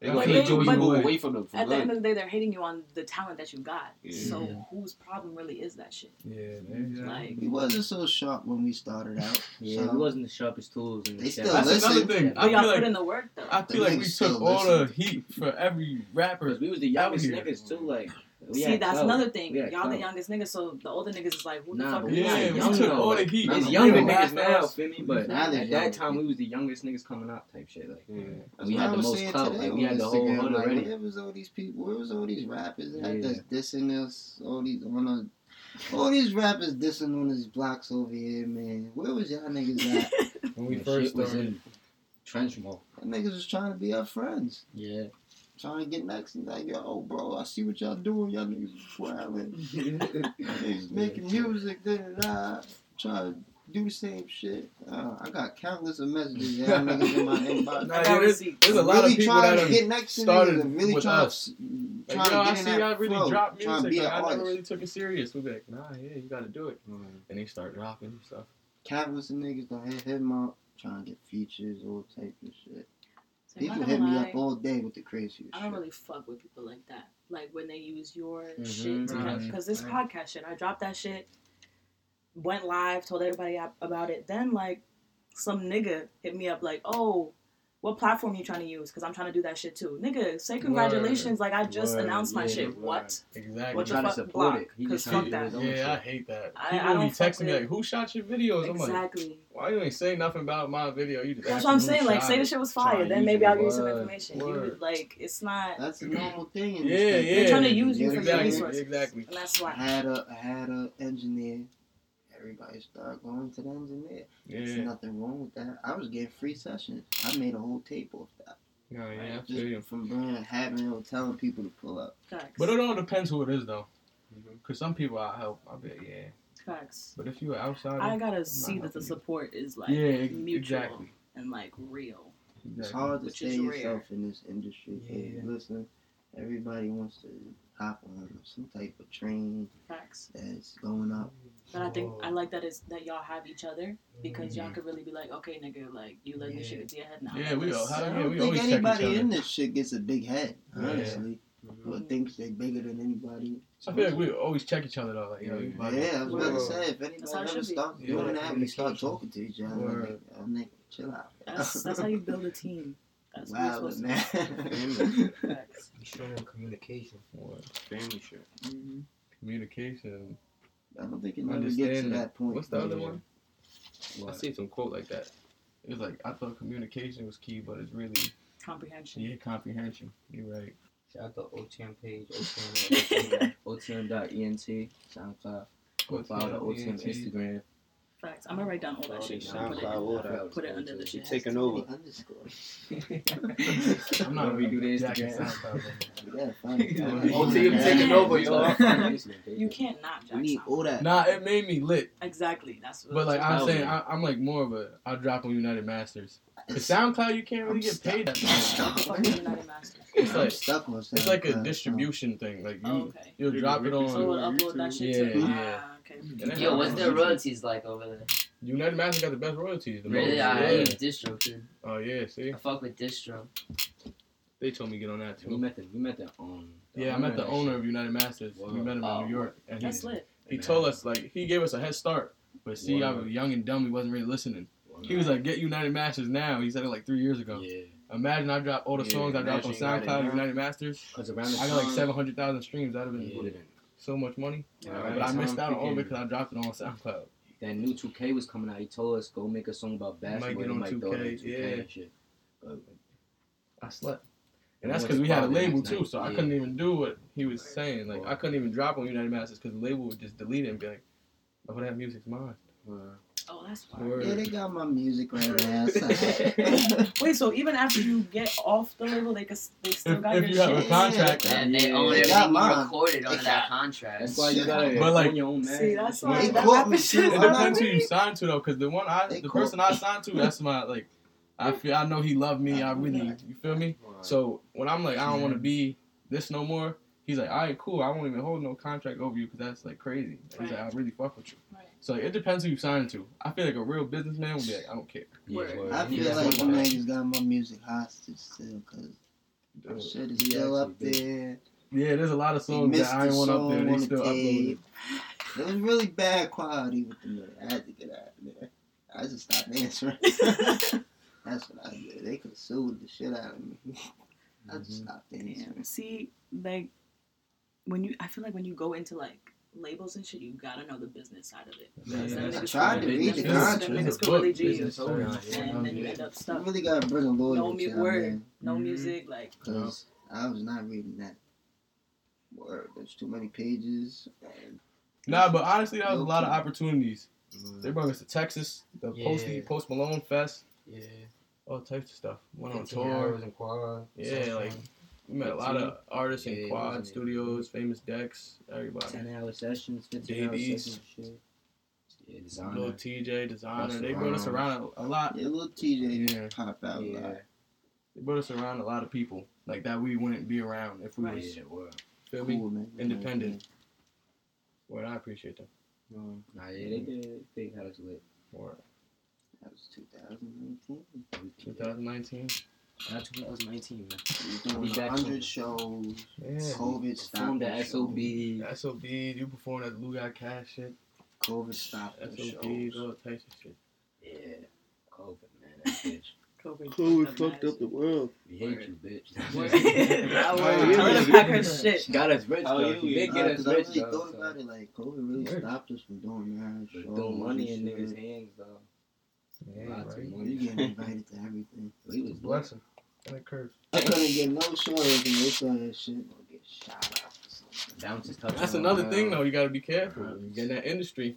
C: They gonna
A: But
C: hate you
A: they-
C: and you
A: but-
C: move away from them for
A: At the end
C: good.
A: of the day, they're hating you on the talent that you got.
C: Yeah.
A: So whose problem really is that shit?
B: Yeah, man. yeah.
A: Like,
E: We wasn't so sharp when we started out.
F: Yeah,
E: so
F: we wasn't the sharpest tools. In
E: They
F: the
E: still
F: family.
B: That's another
E: listen.
B: thing.
A: but
B: I
A: y'all
B: feel
A: put
B: like
A: in the work though.
B: I feel like we
E: Still
B: took all the
E: listen.
B: heat for every rapper.
F: Cause we was the youngest
B: Out here.
F: niggas too. Like, we
A: See,
F: had
A: that's
F: clout.
A: another thing.
F: we had
A: Y'all the
F: clout.
A: youngest niggas, so the older niggas is like, who the
F: Nah,
A: fuck
F: but
A: are
F: we
A: you?
F: not
B: Yeah, we
F: young
B: took
F: though,
B: all the
F: like,
B: heat.
E: nah,
F: It's
E: nah,
F: younger
E: we
F: niggas
B: laughed at
F: now,
B: us.
F: feel me? But
E: Now they're
F: at that
E: young.
F: time, we was the youngest niggas coming up, type shit. Like,
C: Yeah.
E: That's
F: we
E: what
F: had
E: I
F: the
E: was
F: most
E: saying
F: clout.
E: today
F: Like, we
E: on
F: had the whole
E: Instagram,
F: hood
E: like,
F: already.
E: Where was all these people? Where was all these rappers
F: Yeah.
E: that that's dissing us? All these on us. All these rappers dissing on these blocks over here, man. Where was y'all niggas at?
B: When
F: When
B: we first
F: shit was
B: started,
F: in trench mode.
E: Them niggas was trying to be our friends,
F: Yeah.
E: trying to get next. And like, yo, bro, I see what y'all doing. Y'all niggas is wilding. Niggas making music. Da, da, da. try to do the same shit. Uh, I got countless of messages y'all niggas in my inbox.
B: Nah,
A: got
B: yeah, there's,
A: receipts.
B: there's a lot
E: really
B: of people
E: trying
B: that
E: to
B: are
E: get next to
B: started
E: niggas and really
B: with
E: trying
B: us.
E: to trying
B: like, yo,
E: to
B: I
E: get in
B: see
E: that
B: y'all really
E: flow,
B: drop
E: trying to
B: music.
E: be
B: Like,
E: an
B: I never
E: artist.
B: really took it serious. We be like, nah, yeah, you gotta do it. And they start dropping stuff.
E: Countless of niggas that hit him up, trying to get features, all type of shit.
G: So I'm not
E: People
G: gonna
E: hit me up
G: lie,
E: all day with the craziest
G: I
E: shit.
G: don't really fuck with people like that. Like when they use your
B: Mhm.
G: shit to
B: Mhm.
G: catch.
A: because this podcast shit, I dropped that shit, went live, told everybody ab- about it. Then like some nigga hit me up like, oh, what platform you trying to use? Because I'm trying to do that shit too. Nigga, say congratulations. Like I just
B: Word.
A: announced my
B: Yeah,
A: shit.
B: word.
A: What?
B: Exactly.
A: What
F: trying to
A: fuck?
F: support it. He
A: Cause
F: just
A: fuck
F: trying to do
A: that.
F: his own shit.
B: Yeah, I hate that.
A: I- I
B: People
A: don't
B: be
A: fuck
B: texting me
A: with-
B: like, "Who shot your videos?" I'm like,
A: Exactly.
B: "Why you ain't say nothing about my video?" You just
A: That's
B: ask
A: what I'm
B: me who
A: saying. Like,
B: shot
A: say the
B: it.
A: shit was
B: Try
A: fire.
B: to
A: Then
B: use
A: maybe
B: it.
A: I'll give you some
B: Word,
A: information. You
B: word.
A: would, like, it's not.
E: That's a normal thing. in
B: Yeah,
E: this country.
B: yeah. They're trying to
A: use you for your
B: Exactly.
A: resources.
B: Exactly.
A: And that's
E: I
A: why.
E: had a I had a engineer. Everybody started going to the engineer. There's
B: Yeah.
E: nothing wrong with that. I was getting free sessions. I made a whole tape off that.
B: No, yeah, I
E: Just
B: feel you.
E: from Brian having or telling people to pull up.
A: Facts.
B: But it all depends who it is, though. Cause some people I help, I bet, yeah.
A: Facts.
B: But if you're outside,
A: I gotta see that the
B: helping you.
A: support is like
B: yeah, e-
A: mutual
B: exactly.
A: and like real.
E: It's
B: exactly.
E: hard to
A: Which
E: stay
A: is rare.
E: yourself in this industry. baby.
B: Yeah.
E: Listen, everybody wants to hop on some type of train
A: Facts.
E: that's going up.
A: But I think I
B: Whoa.
A: like that is that y'all have each other because y'all could really be like, okay, nigga, like you let this shit get to your head now.
B: Mm-hmm. Yeah, we all
A: Let's-
B: have-
E: I
B: yeah,
E: don't
B: we
E: think
B: always check each
E: anybody
B: other.
E: in this shit gets a big head,
B: Yeah. Mm-hmm.
E: honestly. Or
A: Mhm.
E: thinks they're bigger than anybody.
B: I feel like we always check each other though. Like, yo, you bugging.
E: Yeah, I was about to
B: Word.
E: say, if
A: how it
E: anybody ever
A: should be.
E: starts
B: Yeah,
E: doing that, we start
B: communication.
E: talking to each other.
B: Word.
E: Like, oh, nigga, chill out.
A: That's that's how you build a team. That's what you're
E: Wow,
A: supposed
E: man.
A: to do. Facts.
F: Strong communication.
B: Word.
C: Family shit.
A: Mm-hmm.
B: Communication.
E: I don't think it never gets to
B: Understanding.
E: that point.
B: What's the other
E: man.
B: one? I
F: What?
B: seen some quote like that. It was like I thought communication was key, but it's really
A: Comprehension.
B: yeah comprehension. You're right.
F: Shout out to OTM page, OTM, OTM.ent, SoundCloud. Go follow the OTM Instagram.
A: Facts. I'm gonna write down all that
C: All
A: shit.
C: these
A: and Put it,
C: SoundCloud, all that.
A: put it under the
C: She
A: shit.
C: taking over.
E: Underscore.
B: I'm not
F: Don't redo the
B: Jack and
F: Instagram.
B: SoundCloud, man.
E: We gotta find it.
C: OTM taking over, y'all.
A: You can't not
E: We
A: jack
E: need all
A: sound.
E: that.
B: Nah, it made me lit.
A: Exactly. That's what
B: But like
C: Oh,
B: I'm saying,
C: yeah.
B: I, I'm like more of a I'll drop on United Masters. The
E: It's-
B: SoundCloud you can't really
E: I'm
B: get paid. That
E: stuck.
B: much.
E: I'm stuck.
A: Fucking United Masters.
B: It's
E: I'm
B: like
E: stuck on
B: it's like a
E: SoundCloud.
B: distribution thing. Like
A: Oh,
B: you
A: okay.
B: you'll drop it
A: So
B: on
A: we'll upload that shit to
B: Yeah,
A: ah, okay.
B: and that's
D: Yo,
B: how
D: what's
B: it
D: their
B: is.
D: royalties like over there?
B: United Masters got the best royalties. The
D: Really?
B: most.
D: I
B: Yeah.
D: use distro too.
B: Oh yeah, see,
D: I fuck with distro.
B: they told me get on that
F: We
B: too.
F: met the we met the um.
B: Yeah, I met the
F: of that shit.
B: owner of United Masters. We
F: Word.
B: met him in
D: Oh,
B: New York, and he,
A: That's lit.
B: he
F: Man.
B: told us like he gave us a head start. But see, I
F: Word.
B: was young and dumb. He wasn't really listening. He was like, "Get United Masters now." He said it like three years ago.
F: yeah,
B: Imagine I dropped all the
C: Yeah,
B: songs I dropped
C: imagine
B: on
C: United
B: SoundCloud,
C: now.
B: United Masters.
F: cause around the
B: I
F: time,
B: got like seven hundred thousand streams. That'd have been
F: yeah,
B: so much money.
A: Yeah.
B: But I
F: Time
B: missed out on all of it
F: freaking-
B: because I dropped it on SoundCloud.
F: that new 2K was coming out. He told us go make a song about
B: Might
F: basketball.
B: get
F: You
B: on
F: might throw it in
B: 2K, yeah.
F: and shit. But
B: I slept. And
F: Well,
B: that's
F: that's
B: because we had a
F: probably
B: label
F: next
B: too,
F: night.
B: so I
F: Yeah.
B: couldn't even do what he was saying. Like
F: Well.
B: I couldn't even drop on United Masters because the label would just delete it and be like, "Oh, that music's mine."
A: Oh, that's fine.
B: Word.
E: Yeah, they got my music right now. so-
A: Wait, so even after you get off the label, they, could, they still
B: If-
A: got
B: if
A: your
B: you have a
A: shit?
B: contract,
D: And they
E: Yeah.
D: own
E: They
D: everything
E: got
D: you
E: mine.
D: recorded under that contract.
F: that's why you gotta
B: But, like,
F: own your own man.
A: See, that's
B: Well,
A: why
B: it
A: that
E: caught
A: rapping
E: me
A: shit
E: too.
A: is
B: It
E: I'm not
A: not
B: depends who you
A: me.
B: sign to though, because the one I,
E: They
B: the
E: cool.
B: person I signed to, that's my like. I feel I know he loved me. I really, you feel me? So when I'm like, I don't want to be this no more. He's like, all right, cool. I won't even hold no contract over you because that's like crazy. He's like, I really fuck with you.
A: Right.
B: So like, it depends who you sign to. I feel like a real businessman would be like, I don't care.
F: Yeah,
A: Word.
F: word.
E: I
F: You
E: feel
F: gotta
E: like you
F: own that.
E: niggas got my music hostage still, cause my shit is still up there.
B: Yeah, there's a lot of
E: They
B: songs
E: missed
B: that I
E: the
B: ain't want up
E: song
B: there.
E: on
B: They
E: the
B: still uploaded.
E: tape. It was really bad quality with the music. I had to get out of there. I just stopped answering. That's what I did. They could sue the shit out of me. I
B: Mm-hmm.
E: just stopped answering.
A: Damn. See, like when you, I feel like when you go into like labels and shit, you gotta know the business side of it.
B: Yeah,
A: Them
B: that's-
E: I
A: niggas
E: tried
A: could-
E: to read the
A: them niggas-
E: contract.
A: them niggas
B: It's a
A: could
B: book.
A: really G you,
B: Business owner, yeah.
A: and then you end up
E: You
A: stuck.
E: really gotta bring a lawyer
A: No
E: with
A: mute
E: y'all,
A: word,
E: man,
A: no
B: Mhm.
A: music, like
E: 'cause I was not reading that. Word. There's too many pages. and-
B: Nah, but honestly, that was a lot of
E: Okay.
B: opportunities. They brought us to Texas, the Post
F: Yeah.
B: Post Malone Fest,
F: Yeah.
B: all types of stuff. Went on
F: 15
B: tour.
F: hours in quad.
B: Yeah,
F: South
B: like
F: Carolina.
B: we met a lot of artists
F: Yeah,
B: in
F: it
B: Quad
F: was-
B: Studios, Famous Dex, everybody.
F: ten hour sessions, fifteen hour
B: Babies.
F: sessions, shit. Yeah. Yeah,
B: Little
F: designer.
B: TJ designer.
F: Busta
B: They brought us around a lot.
E: Yeah, little TJ
B: Yeah.
E: just popped out a
F: Yeah,
E: lot.
B: They brought us around a lot of people like that. We wouldn't be around if we
F: yeah,
B: was
F: well,
B: feel me.
E: Cool, man.
B: Independent. Well, I appreciate them.
E: Um,
F: nah, yeah, they did. They had us lit.
B: Or
E: that was 2019.
B: 2019.
F: Not 2019, man.
E: We doing
F: Be back
E: 100
F: soon.
E: shows.
B: Yeah.
E: COVID
F: Formed
E: stopped
F: the
E: the show.
F: SOB.
B: SOB, you performed at Lou Got Cash shit.
E: COVID stopped the
B: SOB,
E: shows.
B: all types of shit.
F: Yeah, COVID, man. That bitch.
H: COVID,
E: world.
F: We hate you,
H: I was
F: bitch.
E: Word.
H: trying to pack her shit.
F: She got us rich,
I: How
F: though.
I: you
F: She did
E: Nah,
F: get us
E: 'cause I
F: rich,
E: really
F: though.
E: thought about
F: so-
E: it. Like COVID really
B: Word.
E: stopped us from doing that.
F: But
E: shows
F: Throw money in
E: and
F: niggas'
E: shit.
F: hands, though.
B: Yeah,
F: Lots of
B: right.
E: We
F: money.
E: getting invited to everything.
F: We was blessed.
B: Blessing and a curse.
E: I couldn't get no shows and they saw that shit. Gonna get shot out for something.
F: Bounces touching.
B: That's another thing, though. You gotta be
F: Uh-huh.
B: careful. You get in that industry.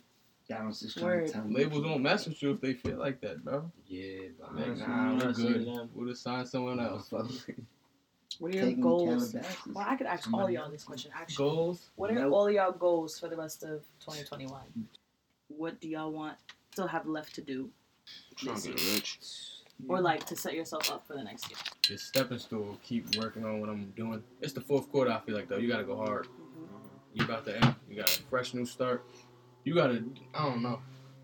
E: Dallas is
H: Word.
E: trying to tell me.
B: Labels don't mess with you if they feel like that, bro.
F: Yeah, but
B: Like,
F: honestly,
B: nah,
F: when I
B: we're
F: see
B: good.
F: them-
B: We'll just sign someone else.
H: What are your
E: Taking
H: goals?
E: Calabasas.
H: Well, I could ask all y'all this question, actually.
B: Goals.
H: What are
E: Nope.
H: all y'all goals for the rest of 2021?
B: Mm.
A: What do y'all want still have left to do?
I: Trying to get rich.
A: Or like to set yourself up for the next year?
B: Just stepping stool. Keep working on what I'm doing. It's the fourth quarter. I feel like though, you gotta go hard. You about to end. You got a fresh new start. You gotta. I don't know.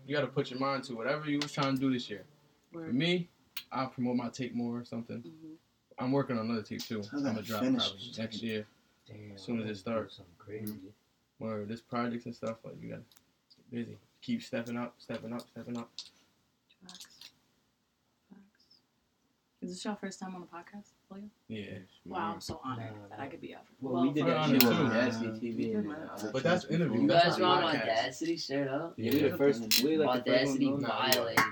B: You gotta put your mind to whatever you was trying to do this year. For
A: Word.
B: me, I'll promote my tape more or something.
A: Mhm.
B: I'm working on another tape too.
E: I
B: I'm gonna
E: gotta
B: drop
E: finish
B: probably
E: this
B: next
E: tape.
B: year.
F: Damn,
B: Soon as it starts.
F: Something crazy.
B: Where this projects and stuff like you gotta get busy. Keep stepping up, stepping up, stepping up.
A: Facts. Facts. Is this your first time on the podcast? William?
B: Yeah.
A: Wow, I'm so honored
F: Nah,
A: that
F: nah.
A: I could be up.
F: Well, we did
B: We're
F: that
B: on
F: shit
B: it
F: on
B: too.
F: Audacity
E: We
F: TV.
E: did
F: and,
E: that.
F: uh,
B: But that's interview.
F: You
D: You
F: guys
D: guys
F: were
D: were
F: on
D: on
B: Podcast.
D: Audacity straight up.
F: Yeah, we the first. We like the first
D: Audacity
F: one going out.
D: violated me.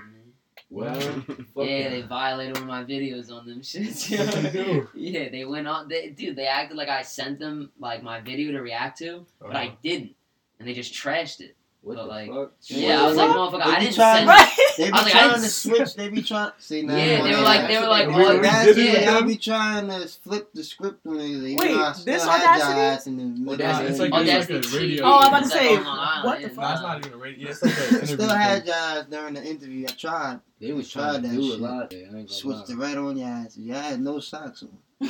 B: Well,
F: Fuck
D: yeah,
F: yeah.
D: they violated one of my videos on them shits. yo.
B: What'd you do?
D: Yeah, they went on. They, dude, they acted like I sent them like my video to react to, but
B: Uh-huh.
D: I didn't, and they just trashed it.
F: What
D: But,
F: the
D: like-
F: fuck?
D: Yeah, I was like, motherfucker,
E: They
D: I
E: be
D: didn't
E: trying-
D: send.
H: Right?
E: They be
D: I was like, I
E: trying
D: didn't
E: to
D: s-
E: switch. They be trying. See, now
D: Yeah,
E: I'm
D: they were
E: on
D: like,
E: that.
D: they were like,
B: We
D: on
B: really
D: that-
B: did it
D: yeah.
B: with
E: Yeah,
B: them?
E: I'll be trying to flip the script on these. They
H: Wait,
E: know I still
H: this
E: had
H: Audacity?
E: jobs in the middle.
B: Nah, it's like-
E: and-
B: Audacity.
D: Audacity
B: like a radio.
D: TV,
B: Oh, I'm about to
D: it's
H: say,
D: on
H: what
D: Long
H: the
D: Island.
H: fuck?
B: No, it's not even a radio. Yeah, it's like an interview.
E: still had jobs during the interview. I tried.
F: They was
E: Tried
F: trying to
E: that
F: do a
E: shit.
F: lot. Yeah, I ain't gonna
E: Switched it
F: lie.
E: right on your ass. Yeah, I had no socks on.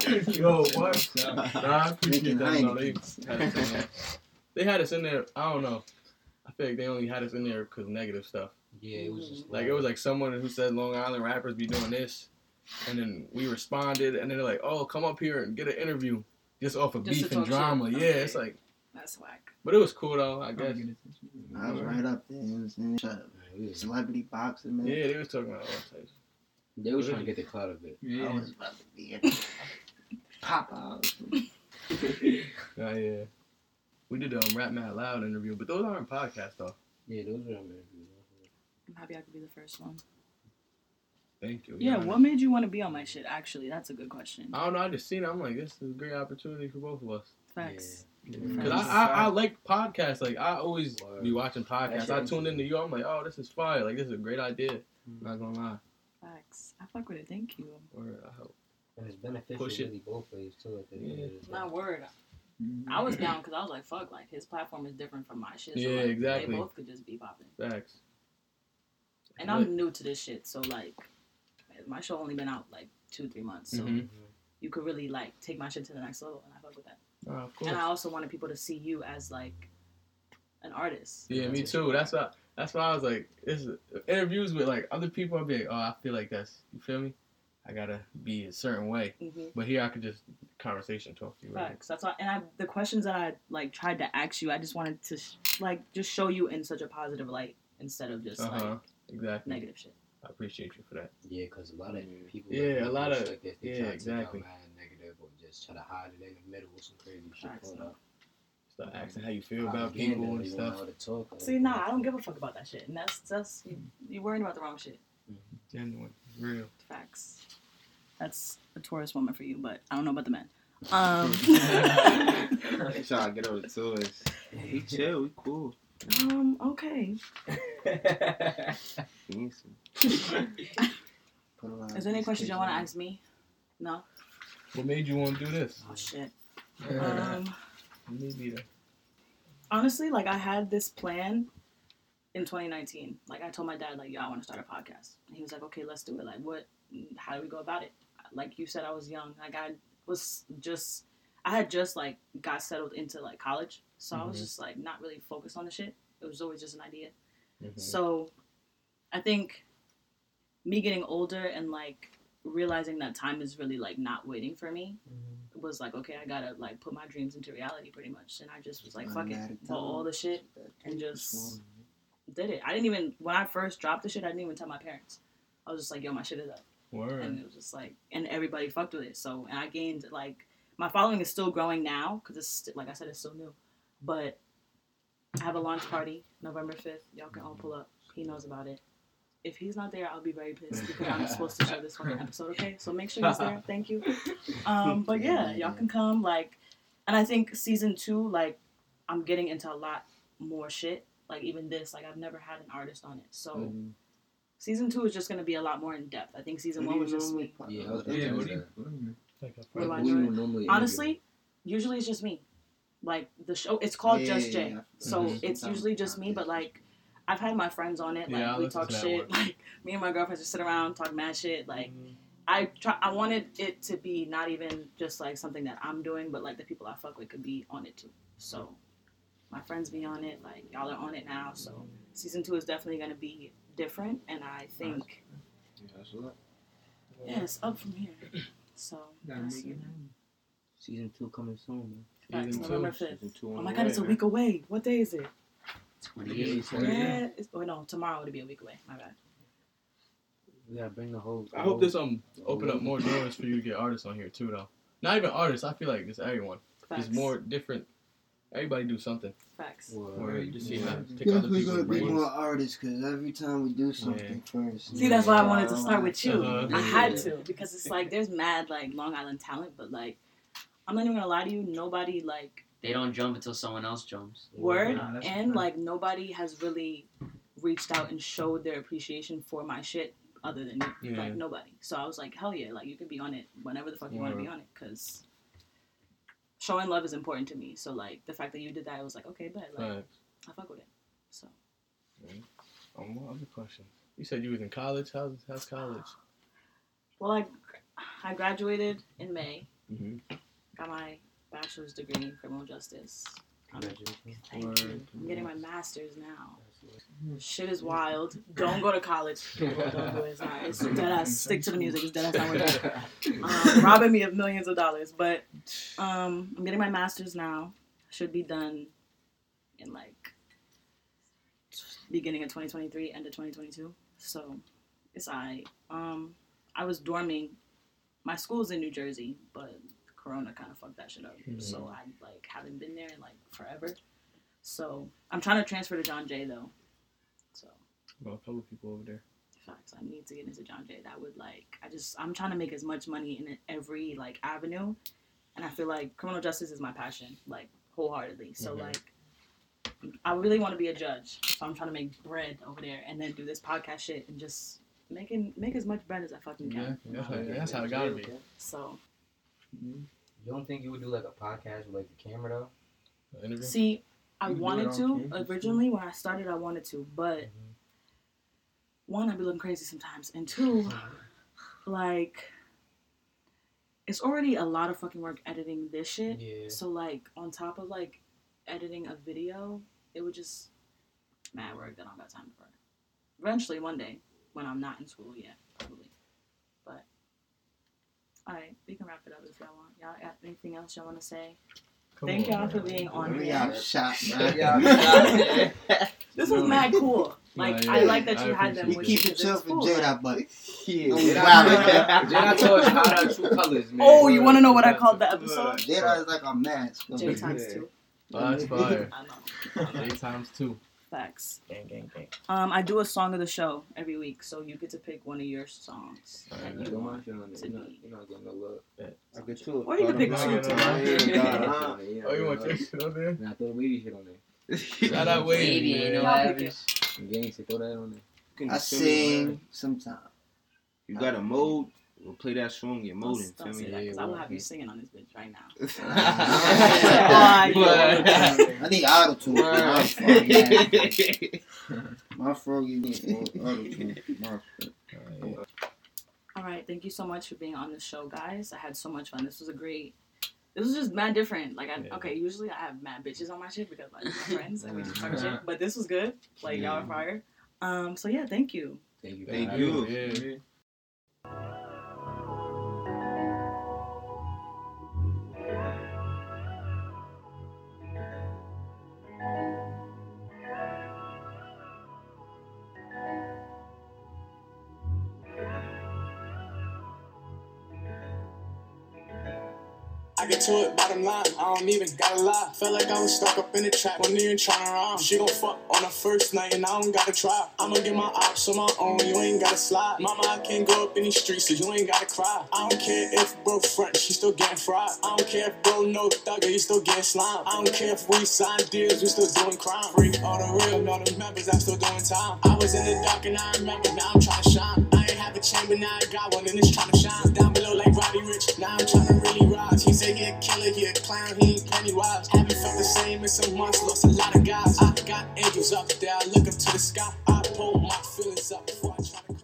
B: thing. Yo, what? Nah, I appreciate
E: Making
B: that. No, they,
E: Heinekens.
B: had us in there. they had us in there. I don't know. I feel like they only had us in there because negative stuff.
F: Yeah, it was just
B: Like it was like someone who said Long Island rappers be doing this, and then we responded, and then they're like, "Oh, come up here and get an interview, just off of
A: Just to
B: beef and
A: talk shit.
B: drama." Yeah, it's
A: Okay.
B: like,
A: That's whack.
B: but it was cool though. I guess.
E: I was right up there. You know what I'm saying? Shut up.
F: Man, we was-
E: Celebrity boxing, man.
B: Yeah, they was talking about all types.
F: They was trying to get the clout of it.
E: I was about to be in pop out.
B: Oh yeah. We did the um, Rap Mad Loud interview, but those aren't podcasts though.
F: Yeah, those were our interviews.
A: I'm happy I could be the first one.
B: Thank you.
A: Yeah,
B: Y'all-
A: what made you want to be on my shit? Actually, that's a good question.
B: I don't know. I just seen. It. I'm like, this is a great opportunity for both of us.
A: Facts.
B: Cause I, I, I like podcasts. Like I always be watching podcasts.
F: That's
B: I tuned into you. I'm like, oh, this is fire. Like this is a great idea. Not gonna lie.
A: Facts. I fuck with it. Thank you.
B: Word, I hope.
F: And it's beneficial
B: Push it.
F: really both ways too. At the
B: Yeah.
F: end of the day.
A: My word. I was down because I was like, fuck, like his platform is different from my shit. So
B: Yeah,
A: like,
B: exactly.
A: They both could just be popping.
B: Facts.
A: And I'm new to this shit, so like, my show only been out like two, three months. So
B: Mhm.
A: you could really like take my shit to the next level, and I fuck with that.
B: Oh, of course.
A: And I also wanted people to see you as like an artist.
B: Yeah, me too. That's why. That's why I was like, this is- interviews with like other people. I'd be like, oh, I feel like that's. You feel me? I gotta be a certain way.
A: hmm
B: But here I could just conversation talk to you. Right?
A: Facts. That's why. And I, the questions that I like tried to ask you, I just wanted to sh- like just show you in such a positive light instead of just
B: Uh huh.
A: like
B: Exactly.
A: negative shit.
B: I appreciate you for that.
F: Yeah, because a lot of people.
B: Yeah,
F: like,
B: a lot
F: push
B: of-
F: like that, they
B: yeah,
F: try to take out
B: exactly.
F: mad Negative or just try to hide it in the middle with some crazy shit.
A: Facts,
F: going
A: no.
F: on.
B: Start asking how you feel about
F: Propaganda,
B: people and
F: they want
B: stuff.
F: all the talk, like,
A: See, nah, I don't give a fuck about that shit. And that's that's you, you worrying about the wrong shit.
B: Genuine, real.
A: Facts. That's a Taurus woman for you, but I don't know about the men. Um,
I: They trying to get over to us. We chill. We cool.
A: um, okay.
I: Fancy.
E: Mm-hmm. Put a lot
A: Is
E: of
A: there any
E: these
A: questions
E: kids
A: y'all want to
E: in.
A: ask me? No?
B: What made you want to do this?
A: Oh, shit.
B: Uh,
A: Um,
B: Maybe the
A: honestly, like I had this plan in 2019. Like I told my dad, like, "Yo, I want to start a podcast." And he was like, "Okay, let's do it. Like, what? How do we go about it?" Like you said, I was young. Like I was just, I had just like got settled into like college, so I was
B: Mhm.
A: just like not really focused on the shit. It was always just an idea. So, I think me getting older and like realizing that time is really like not waiting for me was like, okay, I gotta like put my dreams into reality pretty much. And I just was like, fuck it,
E: Automatic
A: bought all the shit
E: That
A: and
E: dude was
A: just
E: wrong.
A: did it. I didn't even when I first dropped the shit, I didn't even tell my parents. I was just like, yo, my shit is up, and
B: Word.
A: it was just like, and everybody fucked with it. So and I gained like my following is still growing now because it's st- like I said, it's still new, but I have a launch party November fifth. Y'all can all pull up. He knows about it. If he's not there, I'll be very pissed because I'm supposed to show this fucking episode. Okay, so make sure he's there. Thank you. Um, but yeah, y'all can come. Like, and I think season two, like, I'm getting into a lot more shit. Like even this, like I've never had an artist on it. So
E: Mm-hmm.
F: Mhm.
A: season two is just do gonna be a lot more in depth. I think season
E: What
A: one was
E: do you
A: just
E: normally
A: me.
E: pop
F: Yeah,
E: up
F: I was
E: with?
F: thinking
B: Yeah,
F: that.
B: what do you, what do you mean? Like a
A: What do
F: Like,
A: I
F: who
A: do?
F: you normally interview?
A: Honestly, usually it's just me. Like the show, it's called
E: Yeah,
A: Just
E: yeah,
A: Jay,
E: yeah.
A: so
B: Mhm.
A: it's
E: Sometimes
A: usually just me. But like, I've had my friends on it. Like
B: Yeah, I
A: we
B: listen
A: talk
B: to that
A: shit.
B: one.
A: Like me and my girlfriends just sit around talk mad shit. Like I try, I wanted it to be not even just like something that I'm doing, but like the people I fuck with could be on it too. So my friends be on it, like y'all are on it now. So season two is definitely gonna be different, and I think
C: Yeah, that's a lot.
A: yeah, it's up from here. So that's-
F: Season two coming soon, man.
A: that's
B: Season two.
A: November fifth.
C: Season two on
A: Oh
C: the
A: my god, it's a
C: way,
A: week away. What day is it?
F: Twenty-eight.
B: Yeah.
A: Yeah, it's, oh no, tomorrow would be a week away. My bad.
F: We gotta bring the whole.
B: I hope this um open up more doors for you to get artists on here too, though. Not even artists. I feel like it's everyone.
A: Facts.
B: It's more different. Everybody do something.
A: facts.
B: Or you just see how pick other
E: Definitely
B: people's
E: gonna be more
B: brains.
E: artists because every time we do something first.
A: See, that's why I wanted to start with you.
B: Uh-huh.
A: I had to because it's like there's mad like Long Island talent, but like I'm not even gonna lie to you, nobody like
D: They don't jump until someone else jumps.
A: word
F: Nah, that's
A: and
F: fine.
A: like nobody has really reached out and showed their appreciation for my shit other than you.
B: Yeah.
A: like nobody. So I was like, hell yeah, like you can be on it whenever the fuck you want to be on it because showing love is important to me. So like the fact that you did that, I was like, okay, but like
B: Right.
A: I fuck with it. So
B: Um, what other question? You said you was in college. How's how's college?
A: well, I I graduated in May.
B: Mhm.
A: Got my bachelor's degree in criminal justice. I'm Thank
B: Word.
A: you. I'm getting my master's now. Shit is wild. Don't go to college. Don't do it. It's not. It's dead ass. Stick to the music. It's dead ass not worth it. Um, robbing me of millions of dollars. But um, I'm getting my master's now. Should be done in like beginning of 2023, end of 2022. So it's I. Um, I was dorming. My school's in New Jersey, but Corona kind of fucked that shit up. So I like haven't been there in like forever. So I'm trying to transfer to John Jay though. So
B: Well, a couple people over there.
A: facts, I need to get into John Jay. That would like I just I'm trying to make as much money in every like avenue, and I feel like criminal justice is my passion, like wholeheartedly. So
C: Mm-hmm.
B: Mhm.
A: like. I really want to be a judge, so I'm trying to make bread over there, and then do this podcast shit, and just making make as much bread as I fucking
B: Yeah,
A: can.
B: that's how, that's how it gotta be.
A: So
F: You don't think you would do like a podcast with like the camera though?
B: Interview?
A: See, I
C: You do it
A: wanted
C: on
A: to
C: campus,
A: originally when I started. I wanted to, but
C: Mm-hmm.
A: one, I'd be looking crazy sometimes, and two, like, it's already a lot of fucking work editing this shit.
F: Yeah.
A: So like, on top of like editing a video, it would just mad work that I don't got time for. Eventually, one day when I'm not in school yet, probably. But all right, we can wrap it up if y'all want. Y'all got anything else y'all want to say?
B: Come
A: Thank
B: on,
A: y'all for
B: man.
A: being on
E: Hurry
A: here.
E: up, shop, man.
C: We out here.
A: This was
B: No.
A: mad cool. Like
B: yeah,
A: I like that
B: I
A: you had them.
B: appreciate
E: We
A: with
E: keep
A: you
E: it
A: 'cause
E: chill
A: it's
E: for
A: cool, like-
E: Jada, but
C: Yeah.
E: Oh,
C: Jedi-
E: wow.
C: Jedi taught us how to true colors, man.
A: Oh, you want to know what I called the episode?
E: Jada is like a mask.
A: J times
C: Yeah.
A: two.
B: Oh, that's fire.
A: I know.
B: Eight times two.
A: Facts.
B: Gang, gang, gang.
A: Um, I do a song of the show every week, so you get to pick one of your songs.
B: All
A: that
B: right,
A: you
B: that's
F: Don't
A: want.
F: mind feeling it. You're not, you're not getting no love.
C: I could too.
A: Or you can pick
B: two. Oh, you want your
F: this?
B: shit on there?
F: Nah, throw the weedy shit on there.
B: Shout out Wade.
D: Baby ain't no
A: Y'all pick
D: average.
F: Gang, so throw that on there.
E: I sing sometimes.
C: You got a mood? We'll play that song, get
A: Don't,
C: molding.
A: don't
C: Feel
A: say
C: me?
A: that because I will have you
C: yeah.
A: singing on this bitch right now.
E: I
C: But-
E: need auto tune. My froggy, my froggy needs auto tune.
A: All right, thank you so much for being on the show, guys. I had so much fun. This was a great. This was just mad different. Like, I,
B: Yeah.
A: okay, usually I have mad bitches on my shit because like my friends and we just talk shit. But this was good. Like y'all are fire. Um. So yeah, thank you.
F: Thank you. for
C: Thank
F: having me.
C: you.
B: Yeah.
I: I get to it, bottom line, I don't even gotta lie. Felt like I was stuck up in the trap, wasn't even tryna rhyme. She gon' fuck on the first night and I don't gotta try. I'ma get my ops on my own, you ain't gotta slide. Mama, I can't go up in these streets, so you ain't gotta cry. I don't care if bro front, she still getting fried. I don't care if bro no thugger, you still getting slime. I don't care if we sign deals, we still doing crime. Freak all the real, all the members, I'm still doing time. I was in the dark and I remember, now I'm tryna shine. I ain't have a chamber, now I got one and it's tryna shine. Down below like Roddy Rich, now I'm tryna really rise. He said he a killer, he a clown, he ain't Pennywise. Haven't felt the same in some months, lost a lot of guys. I got angels up there, I look up to the sky. I pull my feelings up before I try to.